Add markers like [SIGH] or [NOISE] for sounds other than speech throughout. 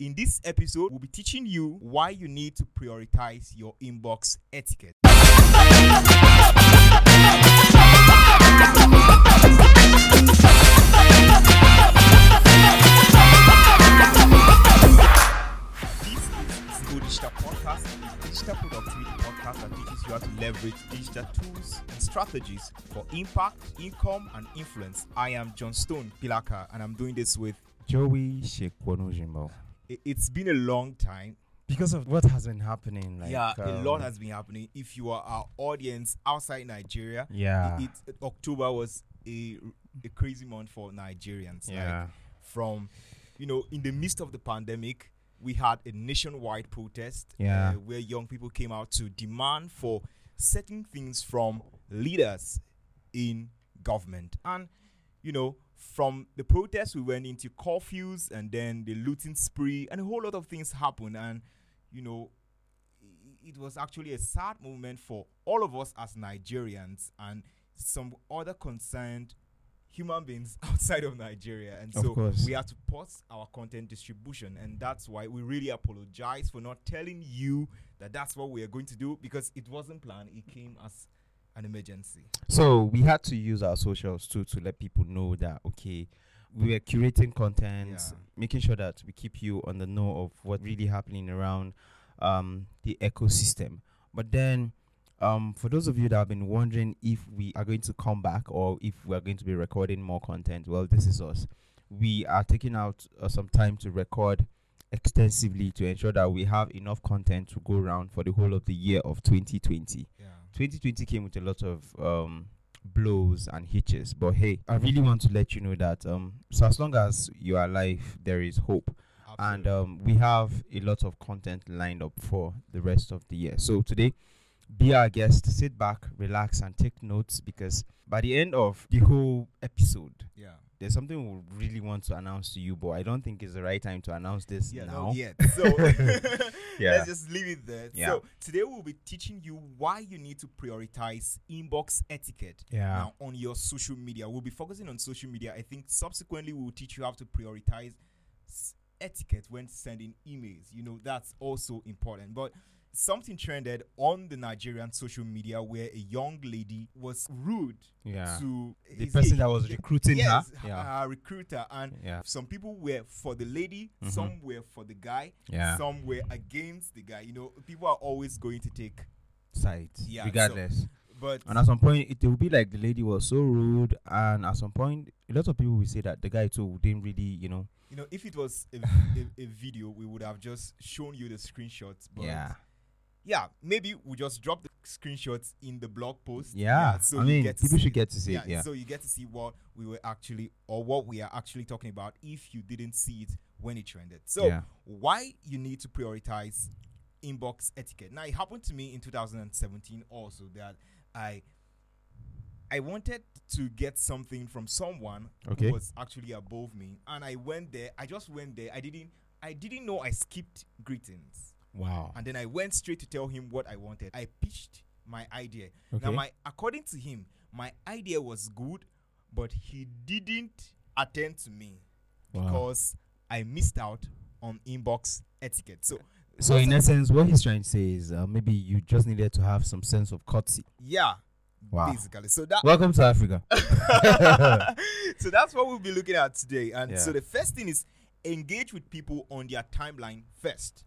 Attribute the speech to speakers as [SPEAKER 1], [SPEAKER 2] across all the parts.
[SPEAKER 1] In this episode, we'll be teaching you why you need to prioritize your inbox etiquette. This is Go Digital Podcast, a digital productivity podcast that teaches you how to leverage digital tools and strategies for impact, income, and influence. I am John Stone Pilaka, and I'm doing this with.
[SPEAKER 2] Joey Shekwonujimbo.
[SPEAKER 1] i- It's been a long time.
[SPEAKER 2] Because of what has been happening, like
[SPEAKER 1] yeah, a lot
[SPEAKER 2] um,
[SPEAKER 1] has been happening. If you are our audience outside Nigeria,
[SPEAKER 2] Yeah,
[SPEAKER 1] i- it, October was a, a crazy month for Nigerians.
[SPEAKER 2] yeah,
[SPEAKER 1] Like from, you know, in the midst of the pandemic, we had a nationwide protest uh,
[SPEAKER 2] Yeah.
[SPEAKER 1] where young people came out to demand for certain things from leaders in government. And, you know, from the protest, we went into curfews and then the looting spree, and a whole lot of things happened. And, you know, i- it was actually a sad moment for all of us as Nigerians and some other concerned human beings [LAUGHS] outside of Nigeria. And
[SPEAKER 2] Of
[SPEAKER 1] so
[SPEAKER 2] course.
[SPEAKER 1] we had to pause our content distribution. And that's why we really apologize for not telling you that that's what we are going to do because it wasn't planned. It came as an emergency.
[SPEAKER 2] So we had to use our socials too to let people know that okay, we were curating content,
[SPEAKER 1] Yeah.
[SPEAKER 2] making sure that we keep you on the know of what really happening around um, the ecosystem. But then, um, for those of you that have been wondering if we are going to come back or if we are going to be recording more content, well, this is us. We are taking out uh, some time to record extensively to ensure that we have enough content to go around for the whole of the year of 2020.
[SPEAKER 1] Yeah.
[SPEAKER 2] 2020 came with a lot of um, blows and hitches, but hey, I
[SPEAKER 1] Mm-hmm.
[SPEAKER 2] really want to let you know that um, so as long as you are alive, there is hope, and um, we have a lot of content lined up for the rest of the year. So today, be our guest, sit back, relax, and take notes because by the end of the whole episode,
[SPEAKER 1] yeah.
[SPEAKER 2] there's something we really want to announce to you, but I don't think it's the right time to announce this
[SPEAKER 1] Yeah,
[SPEAKER 2] now.
[SPEAKER 1] not yet.
[SPEAKER 2] [LAUGHS]
[SPEAKER 1] So [LAUGHS]
[SPEAKER 2] Yeah.
[SPEAKER 1] let's just leave it there.
[SPEAKER 2] Yeah.
[SPEAKER 1] So today we'll be teaching you why you need to prioritize inbox etiquette.
[SPEAKER 2] Yeah.
[SPEAKER 1] Now on your social media, we'll be focusing on social media. I think subsequently we'll teach you how to prioritize s- etiquette when sending emails. You know that's also important, but. Something trended on the Nigerian social media where a young lady was rude
[SPEAKER 2] Yeah.
[SPEAKER 1] to is
[SPEAKER 2] The
[SPEAKER 1] it
[SPEAKER 2] person
[SPEAKER 1] a- [LAUGHS]
[SPEAKER 2] that was
[SPEAKER 1] yeah,
[SPEAKER 2] recruiting
[SPEAKER 1] yes, [LAUGHS]
[SPEAKER 2] her. Yeah.
[SPEAKER 1] her recruiter, and
[SPEAKER 2] Yeah.
[SPEAKER 1] some people were for the lady,
[SPEAKER 2] Mhm.
[SPEAKER 1] some were for the guy,
[SPEAKER 2] Yeah.
[SPEAKER 1] some were against the guy. You know, people are always going to take,
[SPEAKER 2] Side.
[SPEAKER 1] Yeah, so-
[SPEAKER 2] regardless.
[SPEAKER 1] but
[SPEAKER 2] And at some point, it will be like the lady was so rude, and at some point, a lot of people will say that the guy too didn't really, you know.
[SPEAKER 1] you know, if it was
[SPEAKER 2] [LAUGHS]
[SPEAKER 1] a, a, a video, we would have just shown you the screenshots. But yeah, maybe we just drop the screenshots in the blog post.
[SPEAKER 2] yeah. I
[SPEAKER 1] you
[SPEAKER 2] mean,
[SPEAKER 1] get to
[SPEAKER 2] people
[SPEAKER 1] see
[SPEAKER 2] should get to see
[SPEAKER 1] yeah,
[SPEAKER 2] it. Yeah,
[SPEAKER 1] so you get to see what we were actually or what we are actually talking about if you didn't see it when it trended. So
[SPEAKER 2] Yeah.
[SPEAKER 1] why you need to prioritize inbox etiquette. Now it happened to me in 2017 also that I I wanted to get something from someone
[SPEAKER 2] Okay.
[SPEAKER 1] who was actually above me and I went there I just went there I didn't I didn't know I skipped greetings
[SPEAKER 2] wow.
[SPEAKER 1] and then I went straight to tell him what I wanted. I pitched my idea. Now,
[SPEAKER 2] Okay.
[SPEAKER 1] my according to him, my idea was good, but he didn't attend to me
[SPEAKER 2] Wow.
[SPEAKER 1] because I missed out on inbox etiquette. So,
[SPEAKER 2] So in essence, what he's trying to say is uh, maybe you just needed to have some sense of courtesy.
[SPEAKER 1] yeah,
[SPEAKER 2] Wow.
[SPEAKER 1] basically. So that
[SPEAKER 2] Welcome to Africa.
[SPEAKER 1] [LAUGHS] so that's what we'll be looking at today. And
[SPEAKER 2] Yeah.
[SPEAKER 1] so the first thing is engage with people on their timeline first.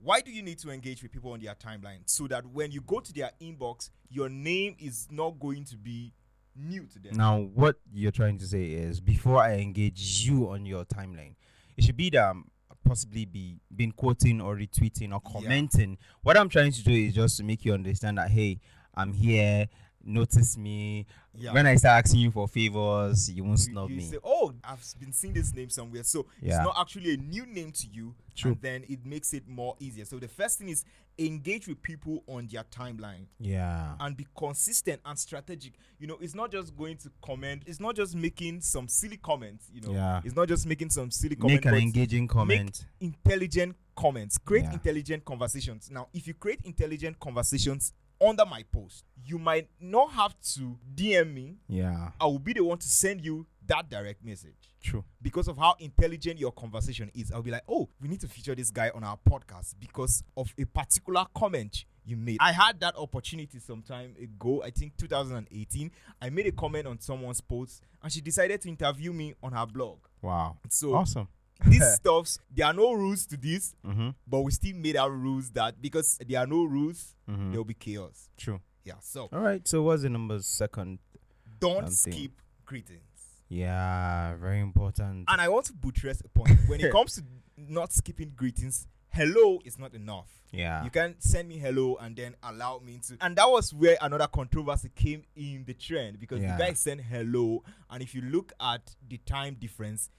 [SPEAKER 1] Why do you need to engage with people on their timeline? So that when you go to their inbox, your name is not going to be new to them.
[SPEAKER 2] Now, what you're trying to say is before I engage you on your timeline, it should be that I'm possibly be been quoting or retweeting or
[SPEAKER 1] Yeah.
[SPEAKER 2] commenting. What I'm trying to do is just to make you understand that hey, I'm here. Notice me.
[SPEAKER 1] Yeah.
[SPEAKER 2] When I start asking you for favors, you won't
[SPEAKER 1] You-
[SPEAKER 2] snub
[SPEAKER 1] you
[SPEAKER 2] me.
[SPEAKER 1] say, "Oh, I've s- been seeing this name somewhere." So
[SPEAKER 2] Yeah.
[SPEAKER 1] it's not actually a new name to you,
[SPEAKER 2] True.
[SPEAKER 1] and then it makes it more easier. So the first thing is engage with people on their timeline.
[SPEAKER 2] yeah.
[SPEAKER 1] and be consistent and strategic. You know, it's not just going to comment. It's not just making some silly comments. You know,
[SPEAKER 2] Yeah.
[SPEAKER 1] it's not just making some silly
[SPEAKER 2] Make
[SPEAKER 1] comments.
[SPEAKER 2] an engaging comment.
[SPEAKER 1] intelligent comments. Create
[SPEAKER 2] Yeah.
[SPEAKER 1] intelligent conversations. Now, if you create intelligent conversations under my post, you might not have to DM me.
[SPEAKER 2] yeah.
[SPEAKER 1] I will be the one to send you that direct message
[SPEAKER 2] True.
[SPEAKER 1] because of how intelligent your conversation is, I'll be like, oh, we need to feature this guy on our podcast because of a particular comment you made. I had that opportunity some time ago, I think 2018. I made a comment on someone's post and she decided to interview me on her blog.
[SPEAKER 2] Wow.
[SPEAKER 1] So
[SPEAKER 2] [LAUGHS] awesome.
[SPEAKER 1] these stuffs, there are no rules to this,
[SPEAKER 2] Mm-hmm.
[SPEAKER 1] but we still made our rules that because there are no rules,
[SPEAKER 2] Mhm.
[SPEAKER 1] there'll be chaos.
[SPEAKER 2] True.
[SPEAKER 1] Yeah. So
[SPEAKER 2] All right. So what's the number second?
[SPEAKER 1] don't
[SPEAKER 2] Something.
[SPEAKER 1] skip greetings.
[SPEAKER 2] Yeah, very important.
[SPEAKER 1] And I want to buttress a point. When it comes to not skipping greetings, hello is not enough.
[SPEAKER 2] yeah.
[SPEAKER 1] You can send me hello and then allow me to. And that was where another controversy came in the trend because
[SPEAKER 2] Yeah.
[SPEAKER 1] the guy sent hello. And if you look at the time difference,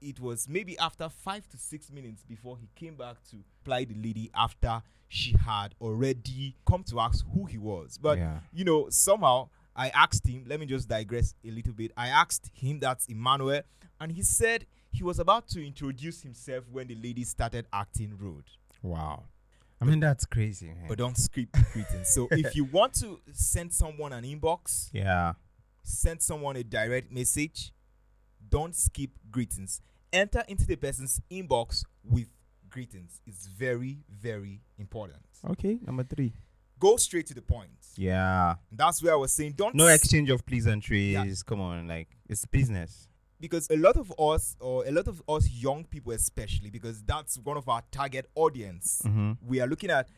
[SPEAKER 1] it was maybe after five to six minutes before he came back to reply the lady after she had already come to ask who he was. But
[SPEAKER 2] Yeah.
[SPEAKER 1] you know, somehow I asked him, let me just digress a little bit. I asked him, that's Emmanuel, and he said he was about to introduce himself when the lady started acting rude.
[SPEAKER 2] wow. I mean that's crazy. man.
[SPEAKER 1] But don't skip
[SPEAKER 2] [LAUGHS]
[SPEAKER 1] greetings. So if you want to send someone an inbox,
[SPEAKER 2] yeah.
[SPEAKER 1] send someone a direct message, don't skip greetings. Enter into the person's inbox with greetings. It's very, very important.
[SPEAKER 2] Okay. Number three.
[SPEAKER 1] Go straight to the point.
[SPEAKER 2] Yeah.
[SPEAKER 1] That's where I was saying don't
[SPEAKER 2] No
[SPEAKER 1] s-
[SPEAKER 2] exchange of pleasantries. Come on, like it's business.
[SPEAKER 1] because a lot of us or a lot of us young people especially because that's one of our target audience
[SPEAKER 2] Mm-hmm.
[SPEAKER 1] we are looking at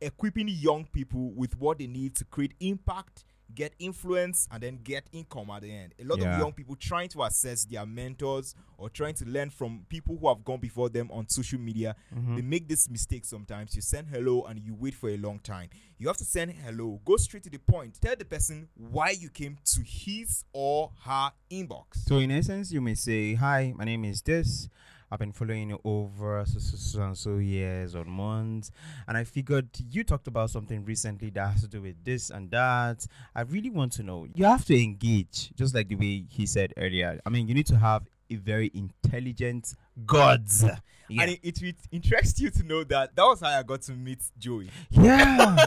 [SPEAKER 1] equipping young people with what they need to create impact get influence and then get income at the end a lot
[SPEAKER 2] Yeah.
[SPEAKER 1] of young people trying to assess their mentors or trying to learn from people who have gone before them on social media
[SPEAKER 2] Mm-hmm. Mm.
[SPEAKER 1] they make this mistake sometimes you send hello and you wait for a long time you have to send hello go straight to the point tell the person why you came to his or her inbox
[SPEAKER 2] So in essence, you may say, "Hi, my name is this. I've been following you over so so so and so years or months, and I figured you talked about something recently that has to do with this and that. I really want to know. You have to engage, just like the way he said earlier. I mean, you need to have a very intelligent gods. Yeah,
[SPEAKER 1] And it, it will interest you to know that that was how I got to meet Joey. [LAUGHS]
[SPEAKER 2] yeah.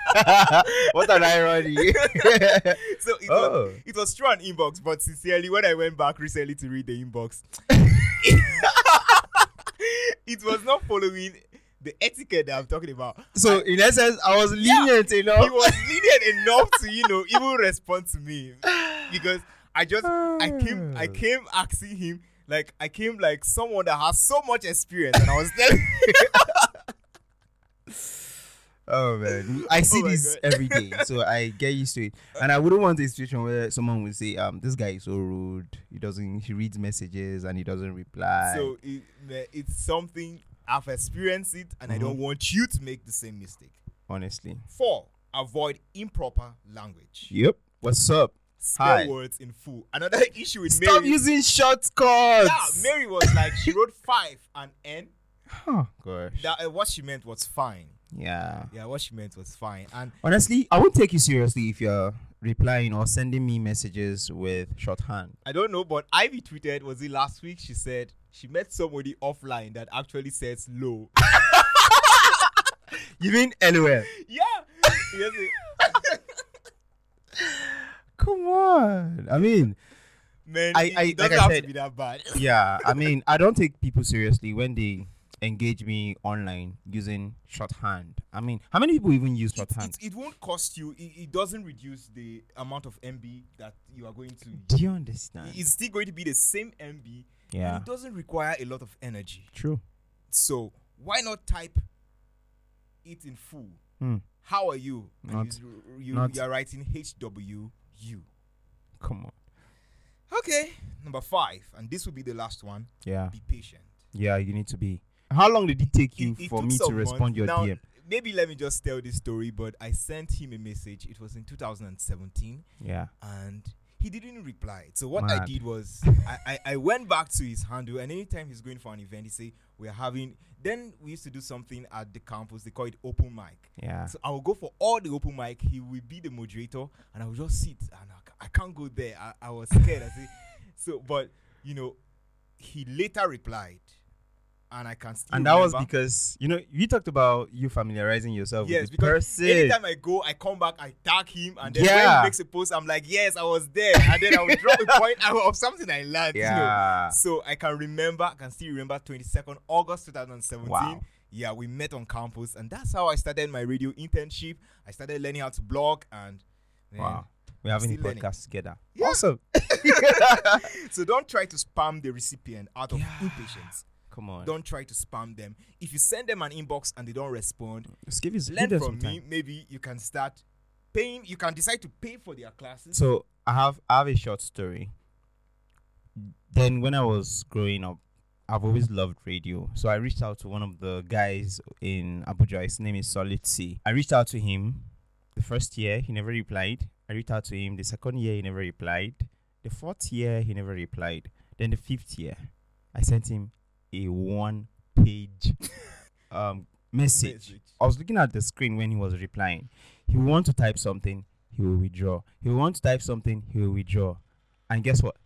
[SPEAKER 2] [LAUGHS] what
[SPEAKER 1] [LAUGHS]
[SPEAKER 2] an irony.
[SPEAKER 1] So it, was,
[SPEAKER 2] oh,
[SPEAKER 1] it was through an inbox, but sincerely, when I went back recently to read the inbox, [LAUGHS] it was not following the etiquette that I'm talking about.
[SPEAKER 2] so in essence, I was
[SPEAKER 1] Yeah.
[SPEAKER 2] lenient
[SPEAKER 1] He
[SPEAKER 2] enough.
[SPEAKER 1] was lenient enough to, you know, even respond to me because I just I came
[SPEAKER 2] Oh. Hmm.
[SPEAKER 1] I came asking him like I came like someone that has so much experience, and I was telling.
[SPEAKER 2] Oh man, I see
[SPEAKER 1] my
[SPEAKER 2] this
[SPEAKER 1] God. [LAUGHS]
[SPEAKER 2] every day, so I get used to it. And I wouldn't want a situation where someone would say, "Um, this guy is so rude. He doesn't. He reads messages and he doesn't reply."
[SPEAKER 1] So it, meh, it's something I've experienced it, and I don't want you to make the same mistake.
[SPEAKER 2] honestly,
[SPEAKER 1] Four, avoid improper language.
[SPEAKER 2] yep. What's up?
[SPEAKER 1] Spell
[SPEAKER 2] Hi.
[SPEAKER 1] words in full. Another [LAUGHS] issue with
[SPEAKER 2] Stop
[SPEAKER 1] Mary.
[SPEAKER 2] using
[SPEAKER 1] yeah,
[SPEAKER 2] shortcuts.
[SPEAKER 1] Mary was like she
[SPEAKER 2] [LAUGHS]
[SPEAKER 1] wrote five and N.
[SPEAKER 2] Huh, gosh.
[SPEAKER 1] That uh, what she meant was fine.
[SPEAKER 2] yeah.
[SPEAKER 1] Yeah, what she meant was fine. And
[SPEAKER 2] Honestly, I won't take you seriously if you're replying or sending me messages with shorthand.
[SPEAKER 1] I don't know, but Ivy tweeted was it last week? She said she met somebody offline that actually says low. [LAUGHS]
[SPEAKER 2] You mean LOL?
[SPEAKER 1] yeah. Yes, it-
[SPEAKER 2] Come on. I mean,
[SPEAKER 1] Man,
[SPEAKER 2] I-
[SPEAKER 1] it
[SPEAKER 2] I-
[SPEAKER 1] it doesn't
[SPEAKER 2] like I
[SPEAKER 1] have
[SPEAKER 2] said-
[SPEAKER 1] to be that
[SPEAKER 2] [LAUGHS]
[SPEAKER 1] bad.
[SPEAKER 2] yeah i mean i don't take people seriously when they engage me online using shorthand i mean how many people even use
[SPEAKER 1] it,
[SPEAKER 2] shorthand
[SPEAKER 1] it, it won't cost you. It, it doesn't reduce the amount of MB that you are going to.
[SPEAKER 2] [LAUGHS] do you understand
[SPEAKER 1] It's still going to be the same MB.
[SPEAKER 2] yeah
[SPEAKER 1] And it doesn't require a lot of energy.
[SPEAKER 2] true
[SPEAKER 1] So why not type it in full?
[SPEAKER 2] Hmm.
[SPEAKER 1] How are you? And
[SPEAKER 2] Not-
[SPEAKER 1] you, you,
[SPEAKER 2] not-
[SPEAKER 1] you are writing HWU.
[SPEAKER 2] come on
[SPEAKER 1] Okay. Number five, and this will be the last one.
[SPEAKER 2] yeah
[SPEAKER 1] Be patient.
[SPEAKER 2] yeah you need to be how long did it take you
[SPEAKER 1] It- it
[SPEAKER 2] for
[SPEAKER 1] took
[SPEAKER 2] me to
[SPEAKER 1] some months.
[SPEAKER 2] respond your
[SPEAKER 1] Now,
[SPEAKER 2] dm
[SPEAKER 1] Maybe let me just tell this story, but I sent him a message. It was in 2017.
[SPEAKER 2] yeah
[SPEAKER 1] and he didn't reply. So what I
[SPEAKER 2] Mad.
[SPEAKER 1] did was I, I, I went back to his handle and anytime he's going for an event, he say we're having then we used to do something at the campus, they call it open mic.
[SPEAKER 2] yeah
[SPEAKER 1] So I will go for all the open mic, he will be the moderator and I will just sit and I, ca- I can't go there. I,
[SPEAKER 2] [LAUGHS]
[SPEAKER 1] I was scared. I say so but you know he later replied and I can still
[SPEAKER 2] And that was
[SPEAKER 1] remember-
[SPEAKER 2] because you know you talked about you familiarizing yourself
[SPEAKER 1] yes
[SPEAKER 2] with the
[SPEAKER 1] because
[SPEAKER 2] person.
[SPEAKER 1] anytime I go, I come back, I tag him, and then when
[SPEAKER 2] Yeah.
[SPEAKER 1] he makes a post, I'm like, yes, I was there, and then I will drop a point out of something I learned. [LAUGHS] you know.
[SPEAKER 2] yeah.
[SPEAKER 1] So I can remember, I can still remember 22nd August 2017.
[SPEAKER 2] Wow.
[SPEAKER 1] Yeah, we met on campus, and that's how I started my radio internship. I started learning how to blog, and man,
[SPEAKER 2] Wow. We're having a
[SPEAKER 1] Still learning.
[SPEAKER 2] podcast together.
[SPEAKER 1] Yeah.
[SPEAKER 2] Awesome.
[SPEAKER 1] So don't try to spam the recipient out of
[SPEAKER 2] Yeah.
[SPEAKER 1] impatience.
[SPEAKER 2] Come on.
[SPEAKER 1] Don't try to spam them. If you send them an inbox and they don't respond,
[SPEAKER 2] Just give us
[SPEAKER 1] learn from me. Maybe you can start paying. You can decide to pay for their classes.
[SPEAKER 2] So I have I have a short story. Then when I was growing up, I've always loved radio. So I reached out to one of the guys in Abuja. His name is Solid C. I reached out to him the first year, he never replied. I reached out to him the second year, he never replied. The fourth year, he never replied. Then the fifth year, I sent him a one page um, message.
[SPEAKER 1] Message.
[SPEAKER 2] I was looking at the screen when he was replying. He will want to type something, he will withdraw. He will want to type something, he will withdraw. And guess what?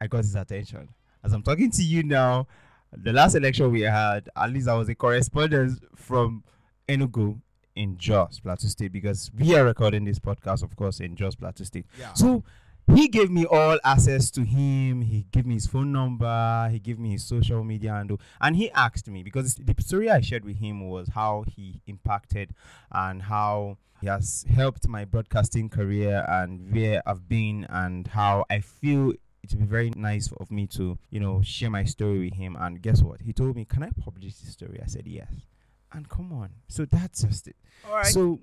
[SPEAKER 2] I got his attention. As I'm talking to you now, the last election we had, at least I was a correspondent from Enugu in Jos Plateau State because we are recording this podcast, of course, in Jos Plateau State.
[SPEAKER 1] Yeah.
[SPEAKER 2] So he gave me all access to him. He gave me his phone number. He gave me his social media handle, and he asked me because the story I shared with him was how he impacted and how he has helped my broadcasting career and where I've been and how I feel. It would be very nice of me to, you know, share my story with him. And guess what? He told me, "Can I publish this story?" I said, "Yes." And come on, so that's just it.
[SPEAKER 1] All right.
[SPEAKER 2] So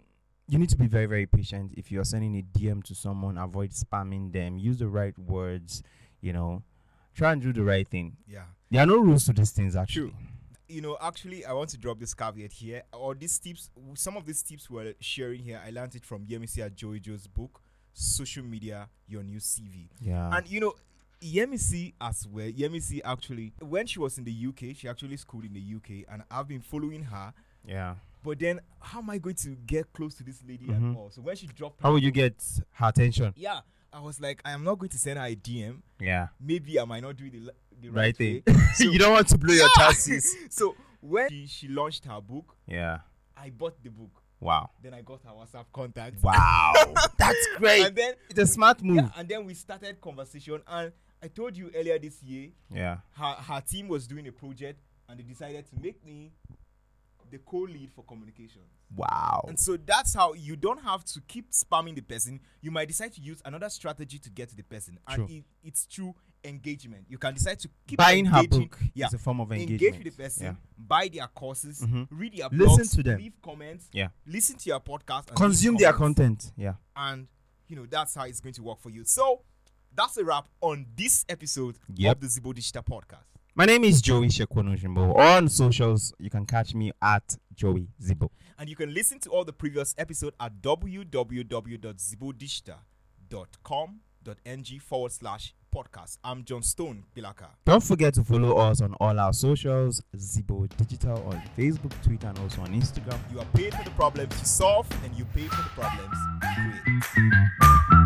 [SPEAKER 2] you need to be very, very patient. If you're sending a DM to someone, avoid spamming them. Use the right words. You know, try and do the right thing.
[SPEAKER 1] yeah.
[SPEAKER 2] There are no rules to these things, actually.
[SPEAKER 1] True. You know, actually, I want to drop this caveat here. Or these tips, some of these tips we're sharing here, I learned it from Yemisi Ajoijo's book, Social Media, Your New CV.
[SPEAKER 2] Yeah.
[SPEAKER 1] And you know, Yemisi as well. Yemisi actually, when she was in the UK, she actually schooled in the UK, and I've been following her.
[SPEAKER 2] yeah.
[SPEAKER 1] But then, how am I going to get close to this lady
[SPEAKER 2] Mhm.
[SPEAKER 1] at all? So when she dropped,
[SPEAKER 2] How will you get her attention?
[SPEAKER 1] yeah, I was like, I am not going to send her a DM.
[SPEAKER 2] Yeah.
[SPEAKER 1] Maybe I might not do it the, li- the right,
[SPEAKER 2] Right eh? thing.
[SPEAKER 1] way. [LAUGHS]
[SPEAKER 2] [LAUGHS]
[SPEAKER 1] So-
[SPEAKER 2] you don't want to blow your
[SPEAKER 1] [LAUGHS] Yeah.
[SPEAKER 2] chances.
[SPEAKER 1] so when she, she launched her book,
[SPEAKER 2] yeah.
[SPEAKER 1] I bought the book.
[SPEAKER 2] Wow.
[SPEAKER 1] Then I got her WhatsApp contact. [LAUGHS]
[SPEAKER 2] Wow. Mm. That's great.
[SPEAKER 1] And then
[SPEAKER 2] It's a smart move.
[SPEAKER 1] yeah, and then we started conversation. And I told you earlier this year,
[SPEAKER 2] yeah.
[SPEAKER 1] her her team was doing a project, and they decided to make me the co-lead for communications.
[SPEAKER 2] Wow.
[SPEAKER 1] And so that's how you don't have to keep spamming the person. You might decide to use another strategy to get to the person, and
[SPEAKER 2] True.
[SPEAKER 1] it, it's true engagement. You can decide to keep
[SPEAKER 2] Buying her
[SPEAKER 1] engaging-
[SPEAKER 2] book is a form of engagement.
[SPEAKER 1] engage with the person,
[SPEAKER 2] Yeah.
[SPEAKER 1] buy their courses,
[SPEAKER 2] Mhm.
[SPEAKER 1] read their
[SPEAKER 2] Listen
[SPEAKER 1] blogs,
[SPEAKER 2] to them.
[SPEAKER 1] leave comments,
[SPEAKER 2] Yeah.
[SPEAKER 1] listen to your podcast, and
[SPEAKER 2] Consume
[SPEAKER 1] leave
[SPEAKER 2] their
[SPEAKER 1] comments.
[SPEAKER 2] content. Yeah.
[SPEAKER 1] and you know that's how it's going to work for you. So that's a wrap on this episode
[SPEAKER 2] Yep.
[SPEAKER 1] of the Zibo Digital Podcast.
[SPEAKER 2] My name is Joey Shekwonoshimbo. On socials, you can catch me at Joey Zibo.
[SPEAKER 1] And you can listen to all the previous episode at www.zibodigital.com.ng forward slash podcast. I'm John Stone Pilaka.
[SPEAKER 2] Don't forget to follow us on all our socials, Zibo Digital on Facebook, Twitter, and also on Instagram.
[SPEAKER 1] You are paid for the problems you solve, and you pay for the problems you create.